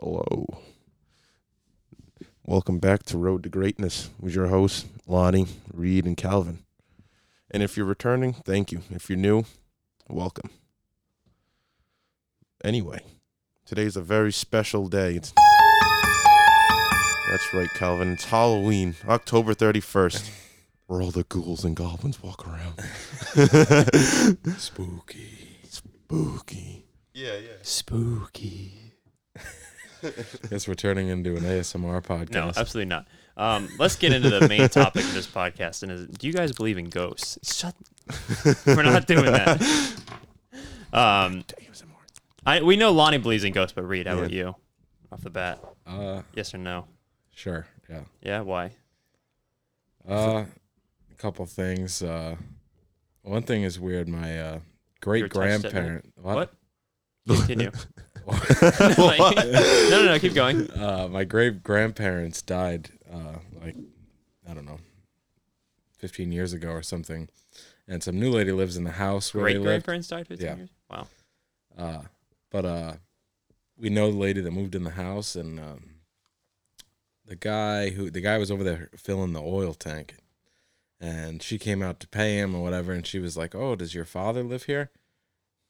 Hello. Welcome back to Road to Greatness with your hosts, Lonnie, Reed, and Calvin. And if you're returning, thank you. If you're new, welcome. Anyway, today's a very special day. It's That's right, Calvin. It's Halloween, October 31st. Where all the ghouls and goblins walk around. Spooky. Spooky. Yeah, yeah. Spooky. Guess we're turning into an ASMR No, podcast. absolutely not. Um, let's get into the main topic of this podcast. And is, do you guys believe in ghosts? Shut. We're not doing that. Um, I we know Lonnie believes in ghosts, but Reed, how about you? Off the bat, uh, yes or no? sure. Yeah. Yeah. Why? Uh, a couple things. Uh, one thing is weird. My uh, great grandparent. What? Continue. Like- no, no, no. Keep going. Uh, my great grandparents died. Uh, like I don't know, fifteen years ago or something. And some new lady lives in the house where Great they lived. grandparents died 15 Yeah. years. Wow. Uh, but uh, we know the lady that moved in the house, and um, the guy who the guy was over there filling the oil tank, and she came out to pay him or whatever, and she was like, "Oh, does your father live here?"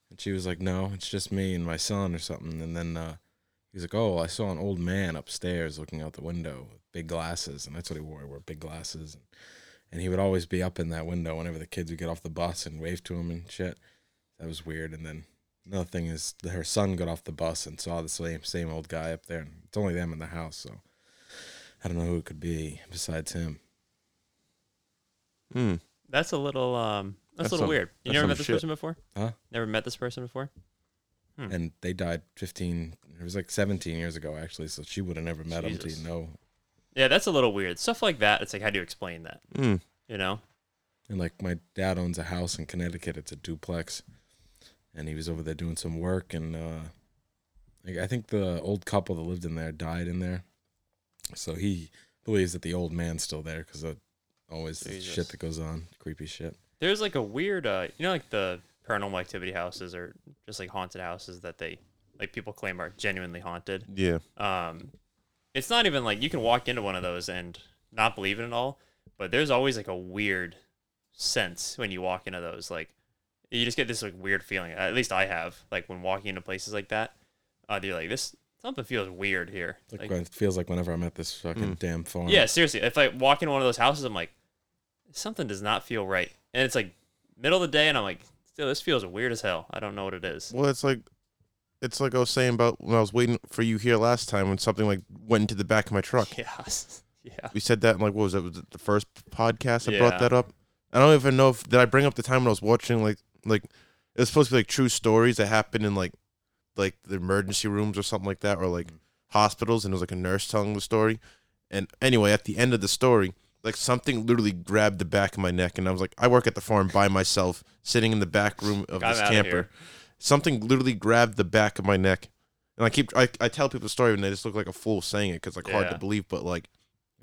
And she was like, "No, it's just me and my son or something." And then uh, he's like, "Oh, I saw an old man upstairs looking out the window with big glasses, and that's what he wore. He wore big glasses." And he would always be up in that window whenever the kids would get off the bus and wave to him and shit. That was weird. And then Another thing is that her son got off the bus and saw the same same old guy up there, and it's only them in the house, so I don't know who it could be besides him. Hmm. That's a little. Um, that's, That's a little some- weird. You that's never some met this shit. person before? Huh? Never met this person before? Hmm. And they died fifteen. It was like seventeen years ago, actually, so she would have never met him Jesus. to know. Yeah, that's a little weird. Stuff like that. It's like, how do you explain that? Hmm. You know? And like my dad owns a house in Connecticut. It's a duplex, and he was over there doing some work. And uh, like, I think the old couple that lived in there died in there, so he believes that the old man's still there because of always the Jesus. shit that goes on, creepy shit. There's like a weird, uh, you know, like the paranormal activity houses or just like haunted houses that they like people claim are genuinely haunted. Yeah. Um, it's not even like you can walk into one of those and not believe in it all, but there's always like a weird sense when you walk into those. Like you just get this like weird feeling. At least I have. Like when walking into places like that, uh, you're like this something feels weird here. Like, Like, when- it feels like whenever I'm at this fucking damn farm. yeah, seriously. If I walk into one of those houses, I'm like, something does not feel right. And it's like middle of the day, and I'm like, still, this feels weird as hell. I don't know what it is. Well, it's like, it's like I was saying about when I was waiting for you here last time when something like went into the back of my truck. Yeah. Yeah. We said that in like what was it? Was it the first podcast I Yeah. brought that up? I don't even know if did I bring up the time when I was watching like like it was supposed to be like true stories that happened in like like the emergency rooms or something like that or like Mm-hmm. hospitals and it was like a nurse telling the story. And anyway, at the end of the story, like something literally grabbed the back of my neck and I was like, I work at the farm by myself, sitting in the back room of I'm this outta camper. here. Something literally grabbed the back of my neck. And I keep I, I tell people the story and they just look like a fool saying it because like hard to Yeah. believe, but like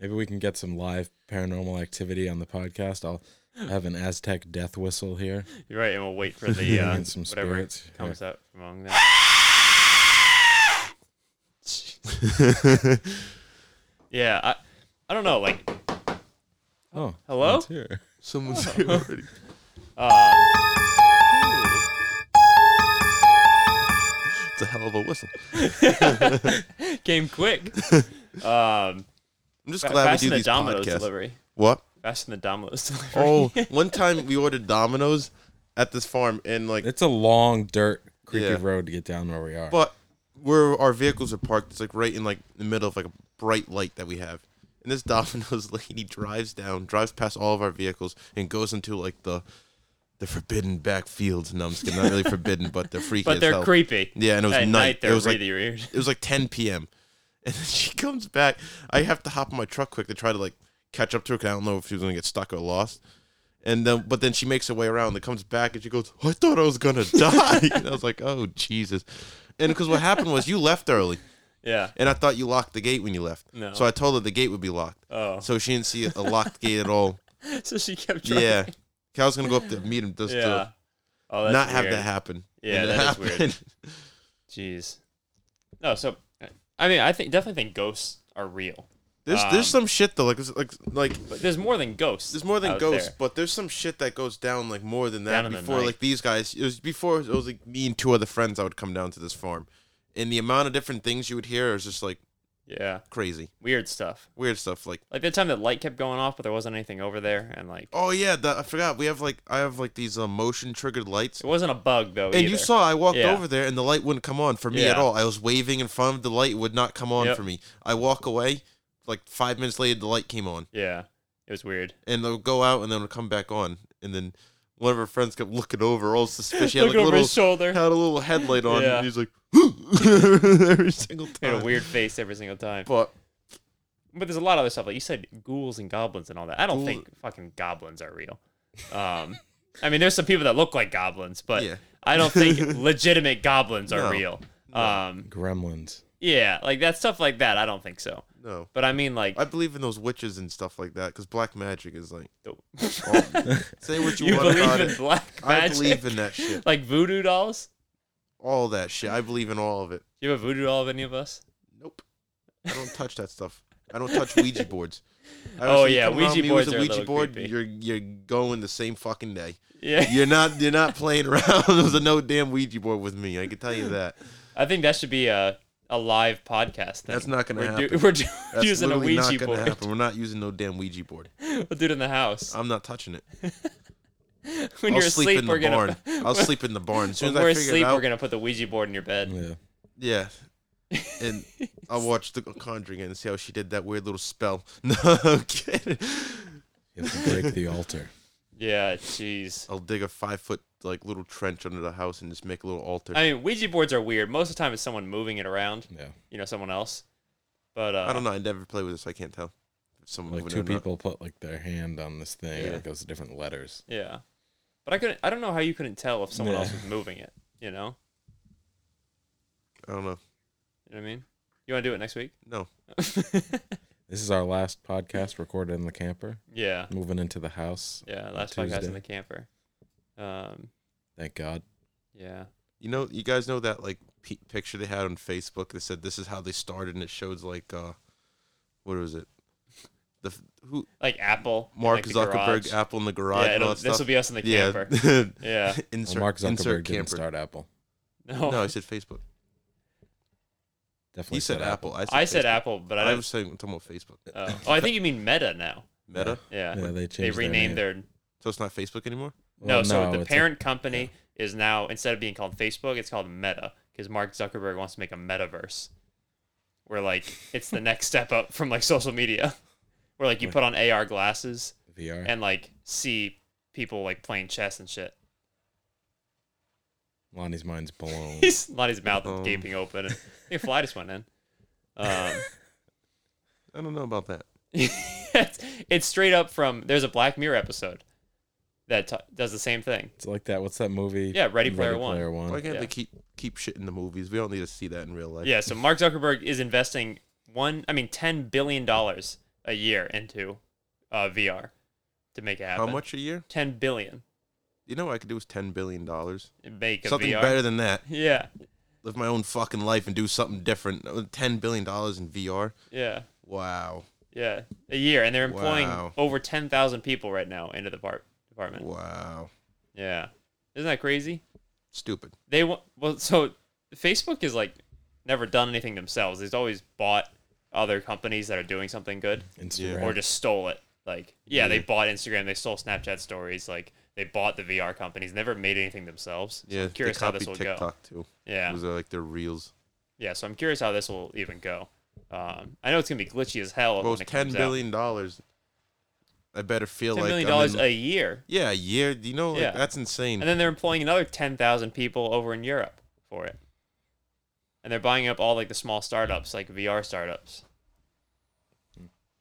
Maybe we can get some live paranormal activity on the podcast. I'll have an Aztec death whistle here. You're right, and we'll wait for the uh, And some whatever spirits. comes out from among them. yeah, I, I don't know. Like, Oh, Hello? it's here. Someone's here already. uh, It's a hell of a whistle. came quick. Um, I'm just fa- glad we faster do than these Domino's podcasts. delivery. What? Faster than Domino's delivery. Oh, one time we ordered Domino's at this farm, and like, It's a long, dirt, creepy Yeah. road to get down where we are. but where our vehicles are parked, it's like right in like the middle of like a bright light that we have. And this Domino's lady drives down, drives past all of our vehicles, and goes into like the the forbidden back fields. No, I'm just kidding. Not really forbidden, but they're freaky. but as they're hell. creepy. Yeah, and it was At night. night, they're it was like really weird. It was like 10 p.m. And then she comes back. I have to hop in my truck quick to try to like catch up to her because I don't know if she was gonna get stuck or lost. And then, but then she makes her way around and comes back and she goes, "I thought I was gonna die." and I was like, "Oh Jesus!" And because what happened was you left early, Yeah. and I thought you locked the gate when you left. No. So I told her the gate would be locked. Oh, So she didn't see a locked gate at all. so she kept trying. Yeah. 'Cause I was gonna go up to meet him just Yeah. to Oh, that's not have weird. that happen. Yeah, And it that is weird. happened. Jeez. No, so uh, I mean, I think definitely think ghosts are real. There's Um, there's some shit though, like it's- like like But there's more than ghosts. there's more than out ghosts, there. but there's some shit that goes down like more than that Down in the before night. like these guys. It was before it was like me and two other friends. I would come down to this farm, and the amount of different things you would hear is just like Yeah, crazy, weird stuff. weird stuff. Like Like that time that light kept going off, but there wasn't anything over there, and like oh yeah, that, I forgot we have like I have like these uh, motion triggered lights. it wasn't a bug though. And you either. saw I walked Yeah. over there and the light wouldn't come on for me at Yeah. all. I was waving in front of the light would not come on Yep. for me. I walk away, like five minutes later the light came on. Yeah, it was weird. And they'll go out and then it'll come back on. And then one of our friends kept looking over all suspicious. He had, Looking like, a over little, his shoulder, had a little headlight on Yeah. and he's like every single he time. had a weird face every single time. but But there's a lot of other stuff. Like you said, ghouls and goblins and all that. I don't Ghouls- think fucking goblins are real. Um, I mean, there's some people that look like goblins, but Yeah. I don't think legitimate goblins are No. real. Um, Gremlins. yeah, like that stuff like that. I don't think so. no. But I mean, like, I believe in those witches and stuff like that because black magic is like say what you, you want about believe in it. black I magic? believe in that shit. like voodoo dolls. All that shit. I believe in all of it. You have a voodoo doll of any of us? Nope. I don't touch that stuff. I don't touch Ouija boards. I Oh, was- you yeah, come around Ouija me boards with are a a Ouija little board. creepy. You're you're going the same fucking day. Yeah, You're not you're not playing around. There's a no damn Ouija board with me. I can tell you that. I think that should be a a live podcast. Thing. That's not gonna we're happen. Do, we're do, That's using a literally not Ouija gonna board. happen. We're not using no damn Ouija board. We'll do it in the house. I'm not touching it. when I'll you're sleep asleep, in we're the gonna. barn. I'll sleep in the barn. As soon When as we're I figure it asleep, out, we're gonna put the Ouija board in your bed. Yeah. yeah. And I'll watch The Conjuring and see how she did that weird little spell. No, I'm kidding. You have to break the altar. Yeah, jeez. I'll dig a five foot like little trench under the house and just make a little altar. I mean, Ouija boards are weird. Most of the time, it's someone moving it around. Yeah. You know, someone else. But uh, I don't know. I never play with this. I can't tell. If someone Like moving two it or not. people put like their hand on this thing and Yeah. it goes to different letters. Yeah, but I couldn't. I don't know how you couldn't tell if someone Yeah. else was moving it. You know. I don't know. You know what I mean? You want to do it next week? No. This is our last podcast recorded in the camper. yeah. Moving into the house. Yeah. Last podcast Tuesday. in the camper. Um. Thank God. Yeah. You know, you guys know that like p- picture they had on Facebook. They said this is how they started, and it shows like uh, what was it? The f- who Like Apple. and, Mark like, the Zuckerberg, garage. Apple in the garage. Yeah. and all It'll, that this will stuff. be us in the camper. yeah. Yeah. insert well, Mark Zuckerberg insert didn't camper. start Apple. No. No, I said Facebook. Definitely He said Apple. I said, I said Facebook. Apple, but I I don't. was saying I'm talking about Facebook. Oh. oh, I think you mean Meta now. Meta. Yeah. Yeah, they They changed. renamed their. their, So it's not Facebook anymore. name. no, Well, So the it's a- parent company is now instead of being called Facebook, it's called Meta because Mark Zuckerberg wants to make a metaverse, where like it's the next step up from like social media, where like you put on AR glasses VR. and like see people like playing chess and shit. Lonnie's mind's blown. He's not his mouth is Um. gaping open. And I think a fly just went in. Um, I don't know about that. it's, it's straight up from there's a Black Mirror episode that t- does the same thing. It's like that. What's that movie? Yeah, Ready Player One. Player One. Why can't Yeah. they keep keep shit in the movies? We don't need to see that in real life. Yeah, so Mark Zuckerberg is investing one, I mean, ten billion dollars a year into uh, VR to make it How happen. much a year? Ten billion. You know what I could do is ten billion dollars. Make a Something VR. better than that. Yeah, Live my own fucking life and do something different. Uh, Ten billion dollars in VR. yeah, Wow. yeah. A year, and they're employing Wow. over ten thousand people right now into the part department. Wow. Yeah, isn't that crazy? Stupid. They wa- well, so Facebook is like never done anything themselves. They've always bought other companies that are doing something good. Instagram. or just stole it. Like, yeah, they bought Instagram, they stole Snapchat stories, like they bought the VR companies, never made anything themselves. So Yeah. I'm curious they how copied this will go. TikTok too. Yeah, Those are like their reels. yeah. So I'm curious how this will even go. Um, I know it's gonna be glitchy as hell. Well, when it's it ten comes billion dollars. I better feel out. Ten like million I'm dollars in- a year, yeah, a year. You know, like, Yeah. that's insane. and then they're employing another ten thousand people over in Europe for it, and they're buying up all like the small startups, like VR startups.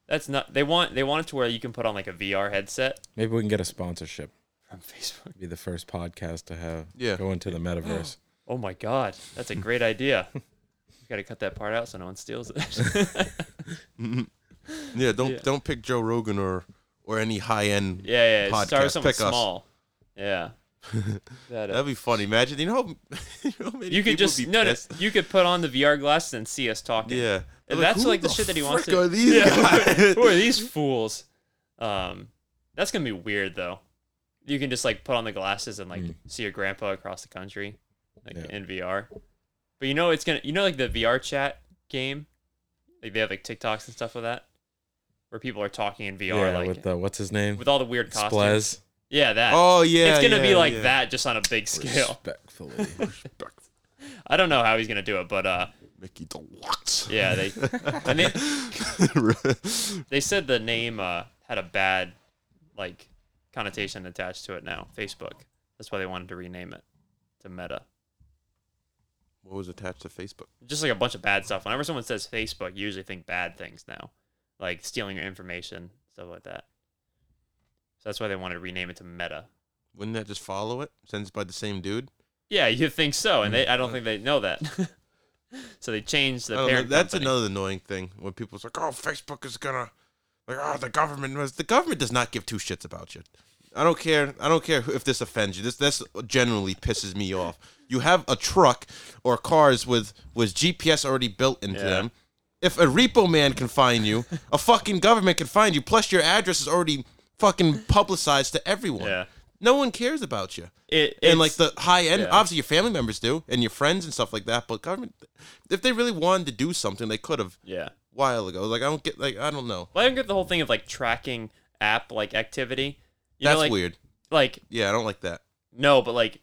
That's not. They want. They want it to where you can put on like a VR headset Maybe we can get a sponsorship. from Facebook. Be the first podcast to have Yeah. go into the metaverse. Oh my god, that's a great idea. We gotta cut that part out so no one steals it. yeah, don't Yeah. don't pick Joe Rogan or or any high end. yeah, yeah. Start Podcast, with something pick us. small. Yeah. That, uh, That'd be funny. Imagine you know how you, know how many you could people just would be no, no, pissed? you could put on the VR glasses and see us talking. yeah. They're that's "Who like the shit that he wants frick to- Are these Yeah. guys? Who are these fools? Um, that's gonna be weird though. You can just like put on the glasses and Hmm. like Mm. see your grandpa across the country, like Yeah. in VR. But you know it's gonna, you know, like the VR chat game, like they have like TikToks and stuff with that, where people are talking in VR, yeah, like with with, the what's his name? all the weird costumes. Splez. Yeah, that. Oh yeah. it's gonna be yeah, like yeah. that, just on a big scale. Respectfully. I don't know how he's gonna do it, but uh, Mickey Deluxe. yeah, they and they, they said the name uh, had a bad like connotation attached to it now facebook that's why they wanted to rename it to meta what was attached to Facebook? just like a bunch of bad stuff whenever someone says facebook you usually think bad things now like stealing your information stuff like that so that's why they wanted to rename it to meta Wouldn't that just follow it since it's by the same dude? yeah you think so and they i don't think they know that so they changed the I don't know, parent Oh, that's company. another annoying thing when people's like, "Oh, Facebook is gonna," like, "Oh, the government was." The government does not give two shits about you. I don't care. I don't care who- if this offends you. This this generally pisses me off. You have a truck or cars with with GPS already built into Yeah. them. If a repo man can find you, a fucking government can find you. Plus, your address is already fucking publicized to everyone. yeah No one cares about you it, and it's- like the high end yeah. obviously your family members do and your friends and stuff like that but government if they really wanted to do something they could have yeah a while ago like i don't get like i don't know well i don't get the whole thing of like tracking app like activity you that's know, like, weird like yeah i don't like that No, but like,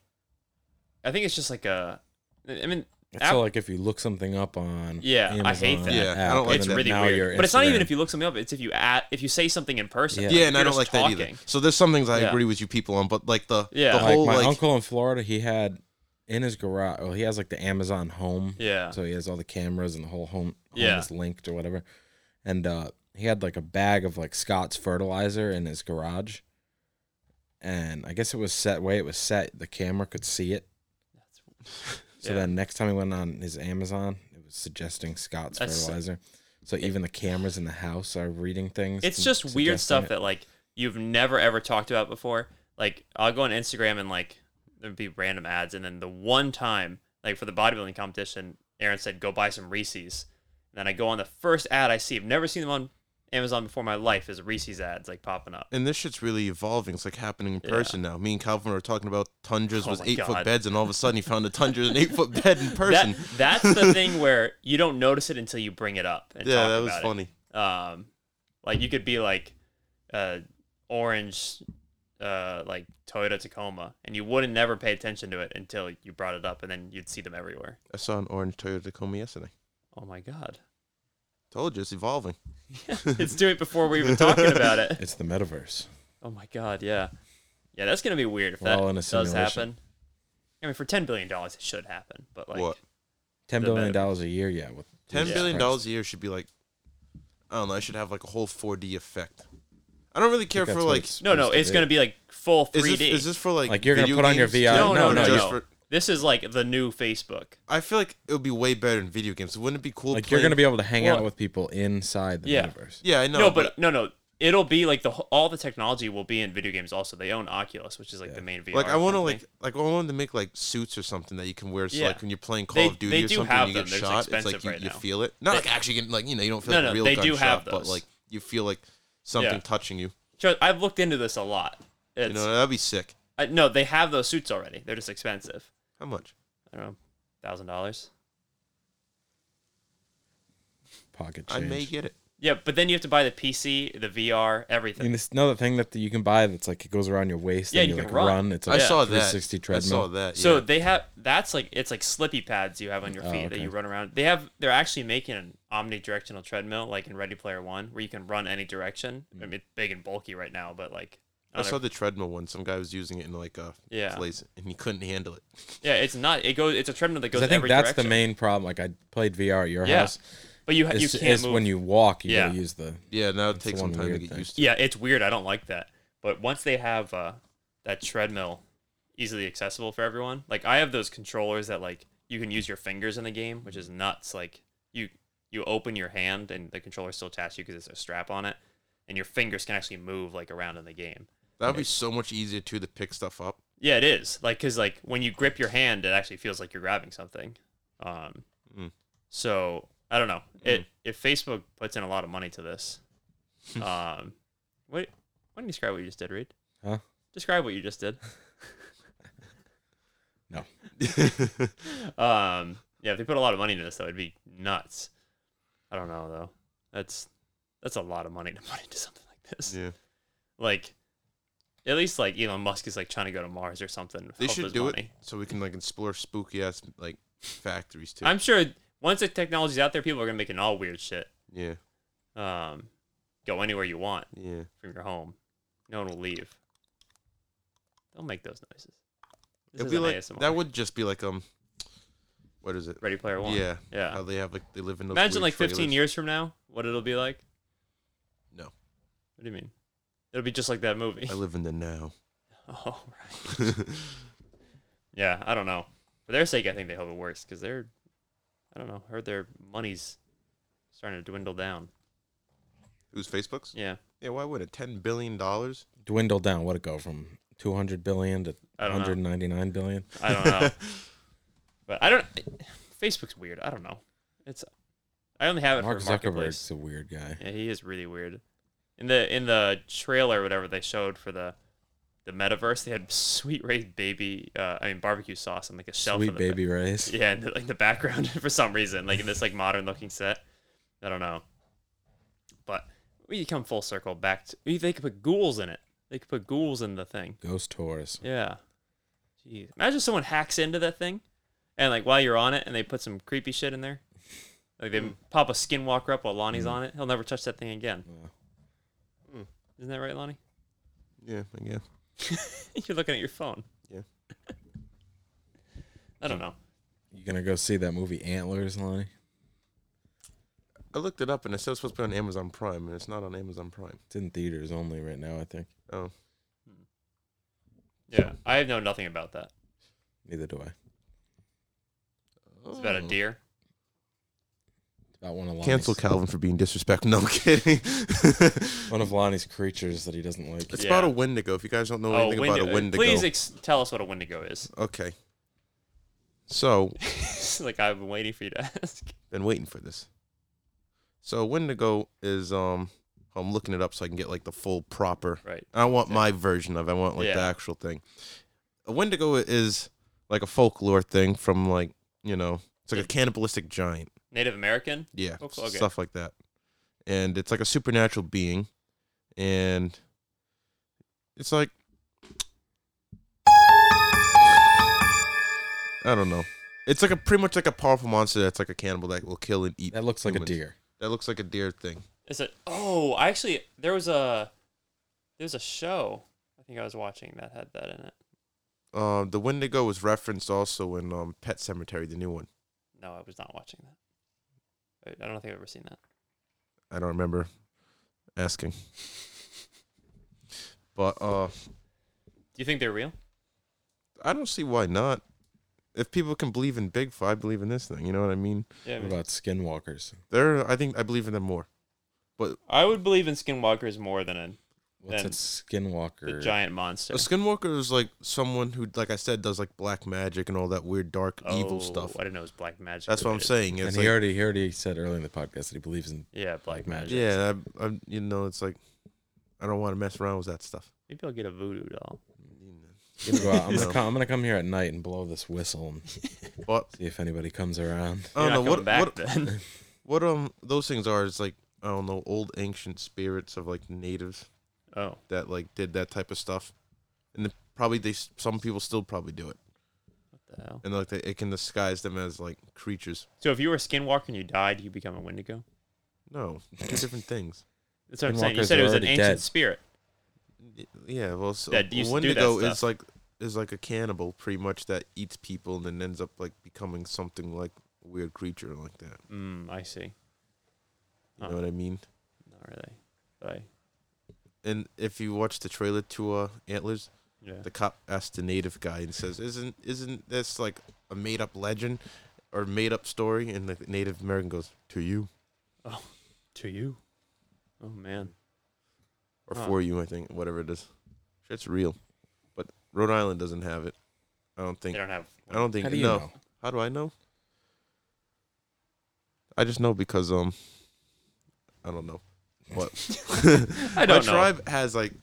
I think it's just like a. I mean, That's all like if you look something up on Yeah, I hate Amazon that. Yeah, I app, don't like and it's that. then really now weird. your But it's not even Instagram- if you look something up. It's if you at if you say something in person. Yeah. yeah, and You're i don't just like that either talking. so there's some things i Yeah. agree with you people on but like the Yeah. the Like, whole like my like, uncle in Florida, he had in his garage. Well, he has like the Amazon Home, Yeah. so he has all the cameras and the whole home, home Yeah. is linked or whatever. And uh, he had like a bag of like Scott's fertilizer in his garage, and I guess it was set way it was set. The camera could see it. So Yeah. then next time he went on his Amazon, it was suggesting Scott's That's- fertilizer. So even the cameras in the house are reading things. It's and just suggesting weird stuff it. that like you've never ever talked about before. Like I'll go on Instagram and like there'd be random ads, and then the one time like for the bodybuilding competition, Aaron said go buy some Reese's. And then I go on the first ad I see. I've never seen them on Amazon before in my life. Is Reese's ads like popping up? and this shit's really evolving. It's like happening in Yeah. person now. Me and Calvin were talking about tundras Oh was my eight God. foot beds, and all of a sudden he found a tundra and eight foot bed in person. That, that's the thing where you don't notice it until you bring it up. And yeah, talk that was about it. funny. Um, like you could be like, uh, orange, uh, like Toyota Tacoma, and you wouldn't never pay attention to it until you brought it up, and then you'd see them everywhere. I saw an orange Toyota Tacoma yesterday. Oh my god, Told you, it's evolving. it's doing it before we're even talking about it. it's the metaverse. Oh my god, yeah, yeah, that's gonna be weird if We're all in a that does simulation. happen. I mean, for ten billion dollars, it should happen, but like, What? Ten The billion dollars a year, yeah. With Ten Yeah. billion dollars a year should be like, I don't know. I should have like a whole 4D effect. I don't really care for like. no, no, it's gonna be like full Is three this, D. is this for like? Like, you're gonna video put on your games? VR No, no, no, no, Uh, just no. for- This is like the new Facebook. I feel like it would be way better in video games. Wouldn't it be cool? like you're playing- gonna be able to hang Well- out with people inside the Yeah. metaverse. Yeah, I know. No, but, no, no. It'll be like the wh- all the technology will be in video games. Also, they own Oculus, which is like the main VR. like I want to company. like like I want to make like suits or something that you can wear. So Yeah. like when you're playing Call They- of Duty they or do something, have and you them. get They're shot. It's expensive like you, right you now. feel it. Not They- like actually getting like you know you don't feel No, like no, a real they gun do have shot, but those. like you feel like something touching you. Sure, I've looked into this a lot. It's, You know that'd be sick. I, no, they have those suits already. They're just expensive. How much? I don't know, thousand dollars. Pocket I change. may get it. Yeah, but then you have to buy the PC, the VR, I mean, everything. it's another thing that you can buy that's like it goes around your waist. Yeah, and you can like run. run. It's like I saw that. 360 I treadmill. saw that. So yeah. they have that's like it's like slippy pads you have on your Oh, feet that okay. you run around. They have they're actually making an omnidirectional treadmill like in Ready Player One where you can run any direction. Mm. I mean, it's big and bulky right now, but like Oh, I another- saw the treadmill one. Some guy was using it in like a Yeah. place, and he couldn't handle it. yeah, it's not it goes. It's a treadmill that 'Cause goes. I think every that's direction. the main problem. Like I played VR at your Yeah, house. But you ha- It's, you can't it's move. when you walk, you gotta Yeah. use the. Yeah, now it the takes some one time to weird get thing. used to. yeah, it's weird. I don't like that. But once they have uh, that treadmill easily accessible for everyone, like I have those controllers that like you can use your fingers in the game, which is nuts. Like you you open your hand and the controller's still attached to you because it's a strap on it, and your fingers can actually move like around in the game. That would be so much easier too to pick stuff up. Yeah, it is. Like, cause like when you grip your hand, it actually feels like you're grabbing something. Um, Mm. so I don't know. It if Facebook puts in a lot of money to this, um, what? Why don't you describe what you just did, Reed? Huh? Describe what you just did. No. um, yeah, if they put a lot of money into this, that would be nuts. I don't know though. That's that's a lot of money to put into something like this. Yeah, Like, at least like Elon Musk is like trying to go to Mars or something. with they all should his do money. it so we can like explore spooky ass like factories too. I'm sure once the technology's out there, people are gonna be making all weird shit. yeah, Um, go anywhere you want yeah. from your home. No one will leave. Don't make those noises. This It'd is be an like ASMR. that would just be like um, what is it? Ready Player One. Yeah, yeah. how they have like they live in those Imagine weird like 15 trailers. years from now, what it'll be like. No. What do you mean? It'll be just like that movie. I live in the now. oh right. Yeah, I don't know. For their sake, I think they hope it works because they're, I don't know, heard their money's starting to dwindle down. Who's Facebook's? Yeah, Yeah, why would it? Ten billion dollars? Dwindled down. What it go from 200 billion to I don't know. 199 billion? I don't know. but I don't. Facebook's weird. I don't know. It's. I only have it Mark for marketplace. Zuckerberg's a weird guy. Yeah, he is really weird. In the in the trailer, or whatever they showed for the the metaverse, they had sweet Ray baby. Uh, I mean barbecue sauce and like a shelf. in Sweet the ba- baby rays. yeah, in the, like the background for some reason, like in this like modern looking set. I don't know. But we come full circle back to. They could put ghouls in it. They could put ghouls in the thing. Ghost tours. Yeah. Jeez. Imagine someone hacks into that thing and like while you're on it and they put some creepy shit in there. Mm. Like they pop a skinwalker up while Lonnie's on it. He'll never touch that thing again. Mm. Wow. Isn't that right, Lonnie? Yeah, I guess. you're looking at your phone. Yeah. I don't know. You gonna go see that movie Antlers, Lonnie? I looked it up and it said it's supposed to be on Amazon Prime, and it's not on Amazon Prime. It's in theaters only right now, I think. Oh, Yeah. I know nothing about that. Neither do I. It's about a Oh. deer. About one of Lonnie's, Cancel Calvin for being disrespectful. No I'm kidding. one of Lonnie's creatures that he doesn't like. It's Yeah. about a Wendigo. If you guys don't know Oh, anything Wendigo. about a Wendigo, Please ex- tell us what a Wendigo is. okay. So, like I've been waiting for you to ask. been waiting for this. So, Wendigo is um, I'm looking it up so I can get like the full proper. Right. I want my version of. it. I want like the Yeah. actual thing. A Wendigo is like a folklore thing from like you know, it's like a cannibalistic giant. Native American? Yeah, Oh, cool, okay. stuff like that. And it's like a supernatural being, and it's like I don't know. It's like a pretty much like a powerful monster that's like a cannibal that will kill and eat. That looks like a humans. deer. That looks like a deer thing. Is it? Oh, I actually there was a there's a show I think I was watching that had that in it. Um, the Wendigo was referenced also in um, Pet Cemetery, the new one. No, I was not watching that. I I don't think I've ever seen that. I don't remember asking, but uh, Do you think they're real? I don't see why not. If people can believe in Bigfoot, I believe in this thing. You know what I mean? Yeah, I, What mean, about skinwalkers? They're I think I believe in them more. I would believe in skinwalkers more than in What's Then a skinwalker? the giant monster. A skinwalker is like someone who, like I said, does like black magic and all that weird dark evil Oh, stuff. I didn't know it was black magic. That's what I'm related. saying. and It's he like, already he already said earlier in the podcast that he believes in. Yeah, black Black magic. magic. yeah, I, I, you know, it's like I don't want to mess around with that stuff. Maybe I'll get a voodoo doll. I'm gonna, go out- I'm No. gonna come, I'm gonna come here at night and blow this whistle and But see if anybody comes around. I You're don't not know what coming back what, then. what um those things are. It's like I don't know old ancient spirits of like natives oh, that like did that type of stuff, and the, probably they s- some people still probably do it, what the hell? and like they, it can disguise them as like creatures. So if you were a skinwalker and you died, you become a Wendigo. No, two different things. That's what I'm saying. You Skinwalkers said it are was an already ancient dead. spirit. Y- Yeah, well, so That used to do that Wendigo is stuff. like is like a cannibal, pretty much that eats people and then ends up like becoming something like a weird creature like that. Mm, I see. You Oh. know what I mean? Not really. But I, And if you watch the trailer to uh, Antlers, yeah. the cop asks the native guy and says, "Isn't isn't this like a made up legend or made up story?" And the Native American goes, "To you to you. Oh man. or Huh. for you, I think, whatever it is." Shit's real. But Rhode Island doesn't have it. I don't They think. don't have. I don't think. How do you no. know? How do I know? I just know because um, I don't know. What? I My don't know. tribe has like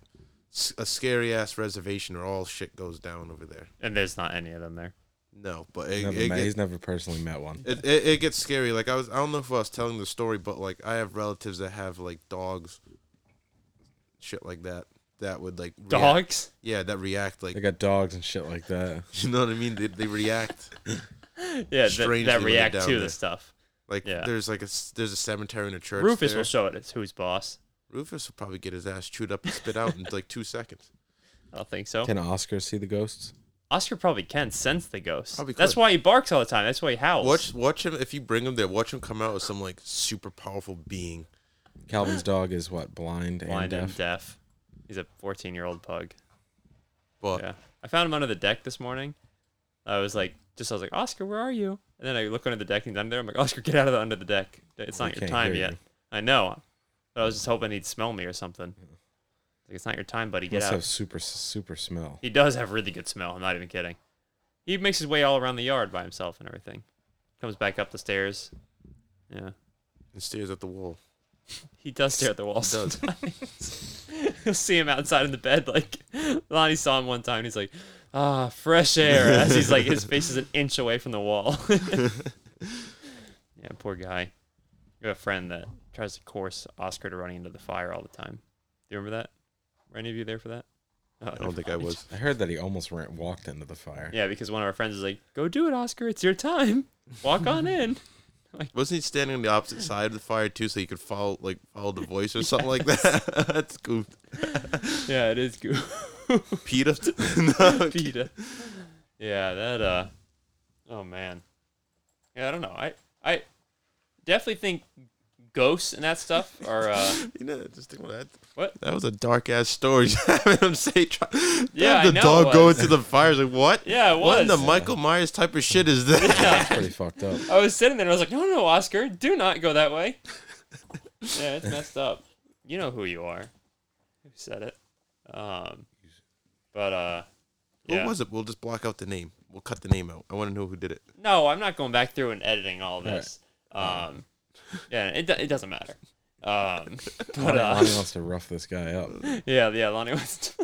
s- a scary ass reservation, or all shit goes down over there. And there's not any of them there. No, but it, Never it, met, gets- he's never personally met one. it, it, it gets scary. Like I was, I don't know if I was telling the story, but like I have relatives that have like dogs, shit like that. That would like react- Dogs. yeah, that react They like got dogs and shit like that. you know what I mean. They, they react Yeah, that, Strangely that when they're react down to there. the stuff. like Yeah. there's like a s- there's a cemetery and a church. Rufus there. will show it. It's who's boss. Rufus will probably get his ass chewed up and spit out in like two seconds. I don't think so. Can Oscar see the ghosts? Oscar probably can sense the ghost. Probably That's could. why he barks all the time. That's why he howls. Watch watch him if you bring him there. Watch him come out with some like super powerful being. Calvin's dog is what blind, blind and and deaf. deaf. He's a 14 year old pug. But Yeah. I found him under the deck this morning. I was like, just I was like, Oscar, where are you? And then I look under the deck and he's under there. I'm like, Oscar, get out of the under the deck. It's We not your can't time hear yet. you. I know. But I was just hoping he'd smell me or something. Like, it's not your time, buddy. He Get must out. have super super smell. He does have really good smell. I'm not even kidding. He makes his way all around the yard by himself and everything. Comes back up the stairs. Yeah. and stares at the wall. He does stare at the wall. He does. sometimes. You'll see him outside in the bed. Like Lonnie saw him one time. And he's like, ah, fresh air. As he's like, his face is an inch away from the wall. yeah, poor guy. You have a friend that tries to coerce Oscar to running into the fire all the time. Do you remember that? Were any of you there for that? Oh, I don't think I was. I heard that he almost ran, walked into the fire. Yeah, because one of our friends is like, "Go do it, Oscar. It's your time. Walk on in." Wasn't he standing on the opposite side of the fire too, so you could follow like follow the voice or something like that? That's goofed. yeah, it is goofy. Peter. no, yeah, that uh oh man. Yeah, I don't know. I I definitely think ghosts and that stuff are uh you know, just think about that. What? That was a dark ass story. Having him say, try, Yeah, have I the know it dog going was. through the fire. It's Like what? Yeah, it What in the was. Michael Myers type of shit is that? It's pretty fucked up. I was sitting there and I was like, "No, no, no, Oscar, do not go that way." yeah, it's messed up. You know who you are. Who said it? Um but uh yeah. What was it? We'll just block out the name. We'll cut the name out. I want to know who did it. No, I'm not going back through and editing all this. Um, yeah, it, do- it doesn't matter. Um, but uh, Lonnie wants to rough this guy up. yeah, yeah, Lonnie West.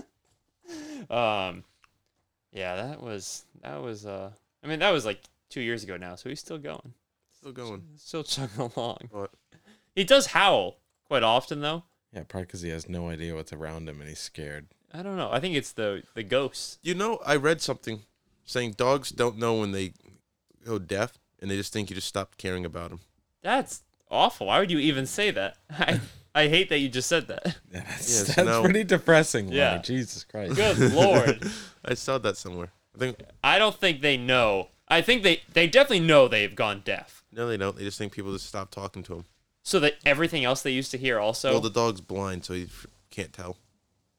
um, yeah, that was that was. Uh, I mean, that was like two years ago now, so he's still going, Still going. still chugging along. What? He does howl quite often, though. Yeah, probably because he has no idea what's around him and he's scared. I don't know. I think it's the the ghosts. You know, I read something saying dogs don't know when they go deaf, and they just think you just stopped caring about them. That's awful. Why would you even say that? I I hate that you just said that. Yeah, that's Yes, that's no. pretty depressing. Lonnie. Yeah. Jesus Christ. Good lord. I saw that somewhere. I think I don't think they know. I think they they definitely know they've gone deaf. no, they don't. They just think people just stop talking to them. So that everything else they used to hear also, Well, the dog's blind, so he f- can't tell.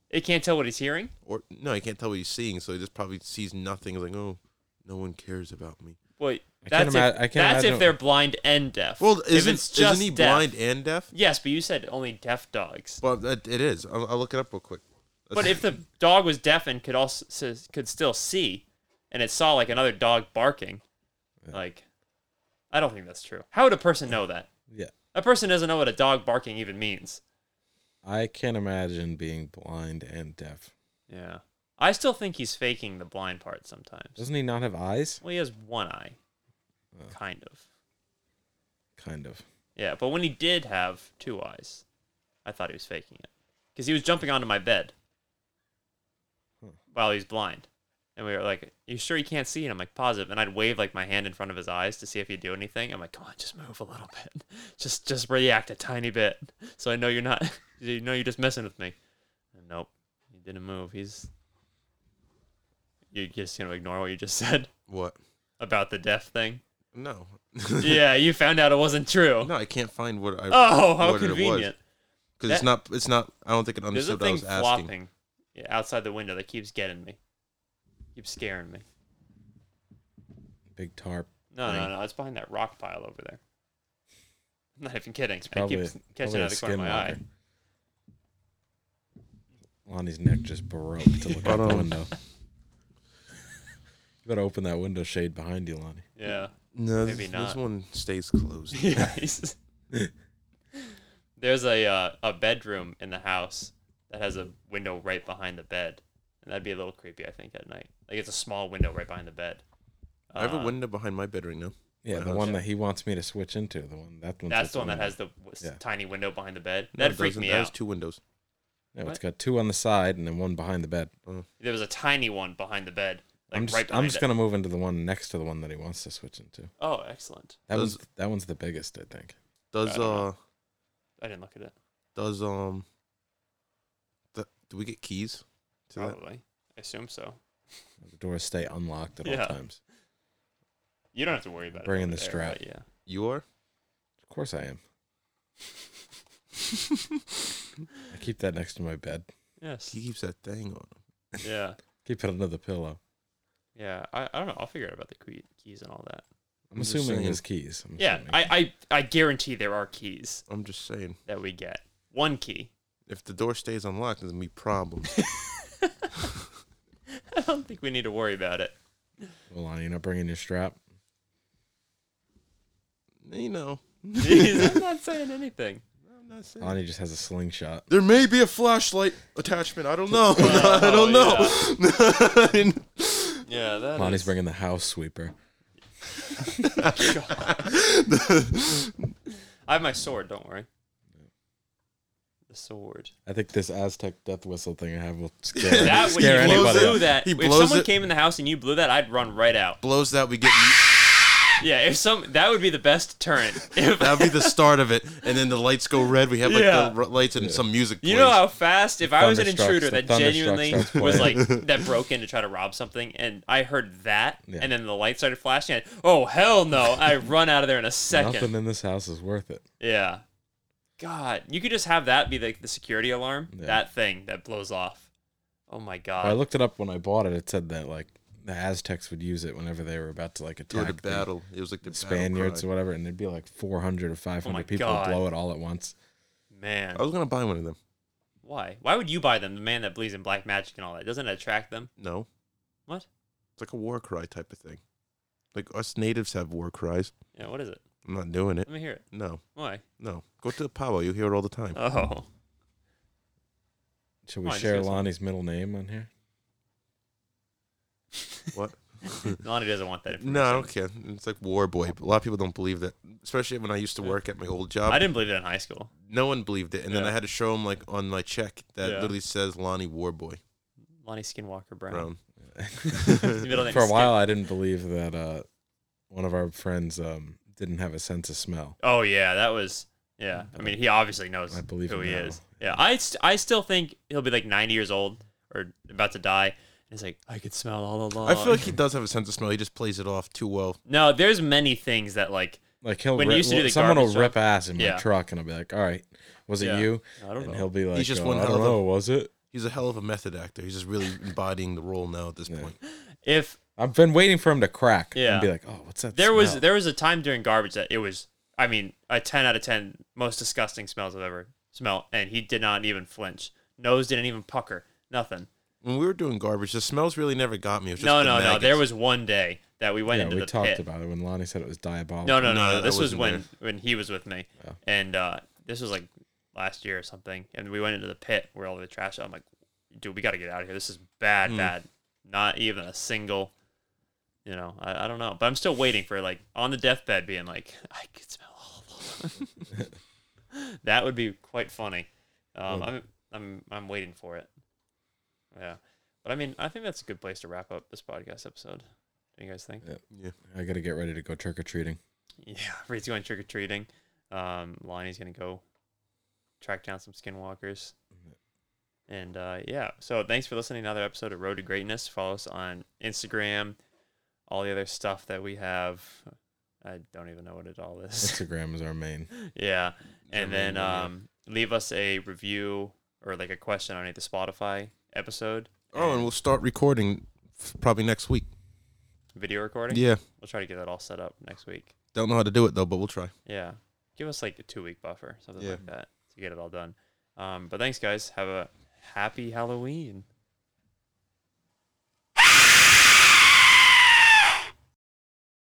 it can't tell what he's hearing. Or no, he can't tell what he's seeing, so he just probably sees nothing. He's like, oh, no one cares about me. Wait, I can't that's ima- if, I can't that's imagine- if they're blind and deaf. Well, if isn't it's just isn't he deaf- blind and deaf? Yes, but you said only deaf dogs. Well, that, it is. I'll, I'll look it up real quick. But if the dog was deaf and could also s- could still see, and it saw like another dog barking, like I don't think that's true. How would a person know that? Yeah. A person doesn't know what a dog barking even means. I can't imagine being blind and deaf. Yeah, I still think he's faking the blind part sometimes. Doesn't he not have eyes? Well, he has one eye, kind of. Kind of. Yeah, but when he did have two eyes, I thought he was faking it because he was jumping onto my bed Hmm. while he was blind, and we were like, "You sure you can't see?" And I'm like, "Positive." And I'd wave like my hand in front of his eyes to see if he'd do anything. I'm like, "Come on, just move a little bit, just just react a tiny bit, so I know you're not, you know, you're just messing with me." And nope, he didn't move. He's you're just gonna ignore what you just said What? about the deaf thing. No, yeah, you found out it wasn't true. no, I can't find what I. Oh, how what it was. convenient. because it's That- not. It's not. I don't think it There's a understood what I thing was asking. flopping yeah, outside the window that keeps getting me. Keeps scaring me. Big tarp. No, no, Right. no. It's behind that rock pile over there. I'm not even kidding. It Probably, keeps probably catching a out of the corner of my eye. skinwalker. Lonnie's neck just broke to look out the Ba-dum. window. you better open that window shade behind you, Lonnie. Yeah. No, Maybe this, this not. one stays closed. Yeah, he's- There's a uh, a bedroom in the house that has a window right behind the bed, and that'd be a little creepy, I think, at night. Like it's a small window right behind the bed. I have a Uh, window behind my bed right now. Yeah, My the house. one that he wants me to switch into. The one that one. That's the one that has the w- Yeah. tiny window behind the bed. No, That it freaked doesn't. me That has out. two windows. No, it's What? got two on the side and then one behind the bed. There was a tiny one behind the bed, like I'm just, right behind I'm just it. gonna move into the one next to the one that he wants to switch into. Oh, excellent! That Does- one's that one's the biggest, I think. Does I don't know. uh I didn't look at it. does um th- do we get keys to that? Probably, I assume so. The doors stay unlocked at Yeah. all times. You don't have to worry about it. Bring in over the there, but You are? Of course I am. I keep that next to my bed. Yeah. Yes. He keeps that thing on. him. Yeah. Keep it under the pillow. Yeah. I, I don't know. I'll figure out about the key- keys and all that. I'm, I'm just assuming saying. his keys. I'm Yeah, assuming. I, I I guarantee there are keys I'm just saying. that we get. One key. If the door stays unlocked, there's gonna be problems. I don't think we need to worry about it. Well, Lonnie, you're not bringing your strap. you know. Jeez, I'm not saying anything. I'm not saying. Lonnie just has a slingshot. There may be a flashlight attachment. I don't know. I Oh, don't know. Yeah, that Lonnie's is- bringing the house sweeper. I have my sword. Don't worry. The sword. I think this Aztec death whistle thing I have will scare, That when scare you anybody. blew Up. that, He if blows someone it- came in the house and you blew that, I'd run right out. Blows that we get. Yeah, if some that would be the best deterrent. If That'd be the start of it, and then the lights go red. We have like Yeah. the r- lights and some music. You plays. know how fast if I was an Thunderstruck- intruder the that Thunderstruck genuinely starts was like playing. that broke in to try to rob something and I heard that Yeah. and then the light started flashing and oh hell no I run out of there in a second Nothing in this house is worth it. yeah god you could just have that be like the security alarm Yeah. that thing that blows off oh my god I looked it up when I bought it. It said that like the Aztecs would use it whenever they were about to like Yeah, attack the the battle. It was like the battle Spaniards cry. or whatever, and there'd be like 400 or 500 people Oh God. blow it all at once. man I was gonna buy one of them. why why would you buy them the man that believes in black magic and all that doesn't it attract them No. What? It's like a war cry type of thing. Like us natives have war cries. yeah what is it I'm not doing it. let me hear it No, why no. Go to the power. You hear it all the time. oh Should we Oh, I just share got some- Lonnie's middle name on here? What? Lonnie doesn't want that information. No, I don't care. It's like war boy. But a lot of people don't believe that, especially when I used to work at my old job. I didn't believe it in high school no one believed it, and then Yeah. I had to show them like on my check that Yeah. literally says Lonnie Warboy Lonnie Skinwalker Brown. Brown. Middle name For a Skin. while, I didn't believe that uh, one of our friends um, didn't have a sense of smell. Oh yeah, that was yeah. Mm-hmm. I mean, he obviously knows I believe who him he now. is. Yeah, I st- I still think he'll be like 90 years old or about to die. And he's like, I could smell all along. I feel like he does have a sense of smell. He just plays it off too well. no, there's many things that like Like he'll When you rip, used to do the someone will garbage rip ass in my Yeah. truck, and I'll be like, "All right, was it Yeah. you?" I don't And know. he'll be like, just "Uh, one I hell don't of a- know, was it?" He's a hell of a method actor. He's just really embodying the role now at this Yeah. point. if I've been waiting for him to crack Yeah. and be like, "Oh, what's that?" there was smell?" there was a time during garbage that it was I mean a 10 out of 10 most disgusting smells I've ever smelled, and he did not even flinch. Nose didn't even pucker. Nothing. When we were doing garbage, the smells really never got me. It was just No, the no, no. maggots. There was one day that we went yeah, into we the talked pit. about it when Lonnie said it was diabolical. No, No, no, no. I no. This was wasn't when when he was with me, and uh, this was like last year or something. And we went into the pit where all the trash. I'm like, dude, we got to get out of here. This is bad, bad. Not even a single. You know, I, I don't know, but I'm still waiting for like on the deathbed being like, I could smell all of them. that would be quite funny. Um, I'm I'm I'm waiting for it. Yeah, but I mean, I think that's a good place to wrap up this podcast episode. Do you guys think? I gotta get ready to go trick or treating. Yeah, Reed's going trick or treating. Um, Lonnie's gonna go track down some skinwalkers. And uh, yeah, so thanks for listening to another episode of Road to Greatness. Follow us on Instagram, all the other stuff that we have. I don't even know what it all is. Instagram is our main. yeah, German and then woman. um, leave us a review or like a question underneath the Spotify episode. Oh, and we'll start recording f- probably next week. video recording. Yeah. We'll try to get that all set up next week. Don't know how to do it though, but we'll try. Yeah. Give us like a two week buffer, something Yeah. like that, to get it all done. Um, but thanks, guys. Have a Happy Halloween.